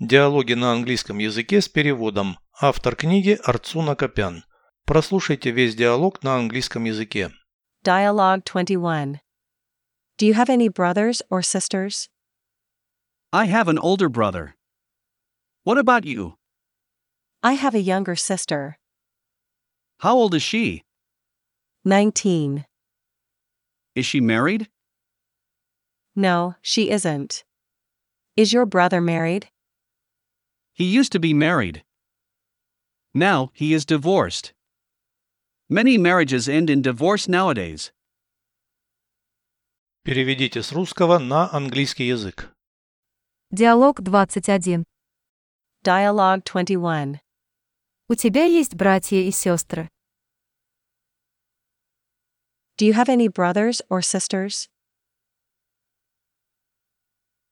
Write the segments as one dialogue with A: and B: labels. A: Диалоги на английском языке с переводом. Автор книги Арцуна Копян. Прослушайте весь диалог на английском языке.
B: Dialogue 21. Do you have any brothers or sisters?
C: I have an older brother. What about you?
B: I have a younger sister.
C: How old is she?
B: 19.
C: Is she married?
B: No, she isn't. Is your brother married?
C: He used to be married. Now he is divorced. Many marriages end in divorce nowadays.
A: Переведите с русского на английский язык.
D: Диалог 21.
B: Dialogue 21.
D: У тебя есть братья и сестры.
B: Do you have any brothers or sisters?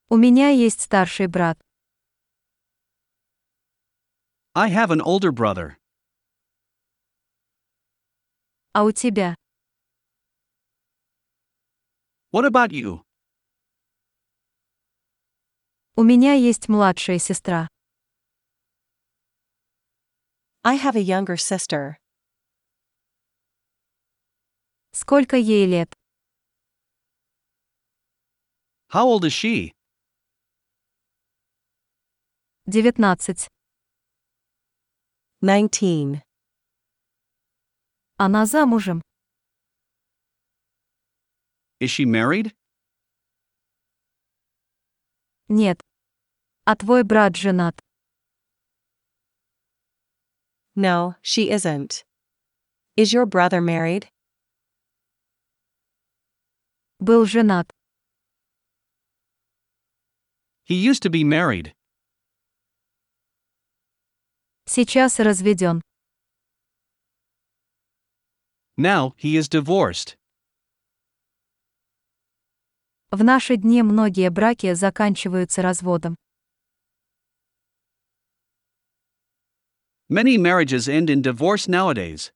D: У меня есть старший брат.
C: I have an older brother.
D: А у тебя?
C: What about you?
D: У меня есть младшая сестра.
B: I have a younger sister.
D: Сколько ей лет?
C: How old is she?
D: 19.
B: 19.
D: Она замужем.
C: Is she married?
D: Нет. А твой брат женат.
B: No, she isn't. Is your brother married?
D: Был женат.
C: He used to be married.
D: Сейчас разведен.
C: Now he is divorced.
D: В наши дни многие браки заканчиваются разводом.
C: Many marriages end in divorce nowadays.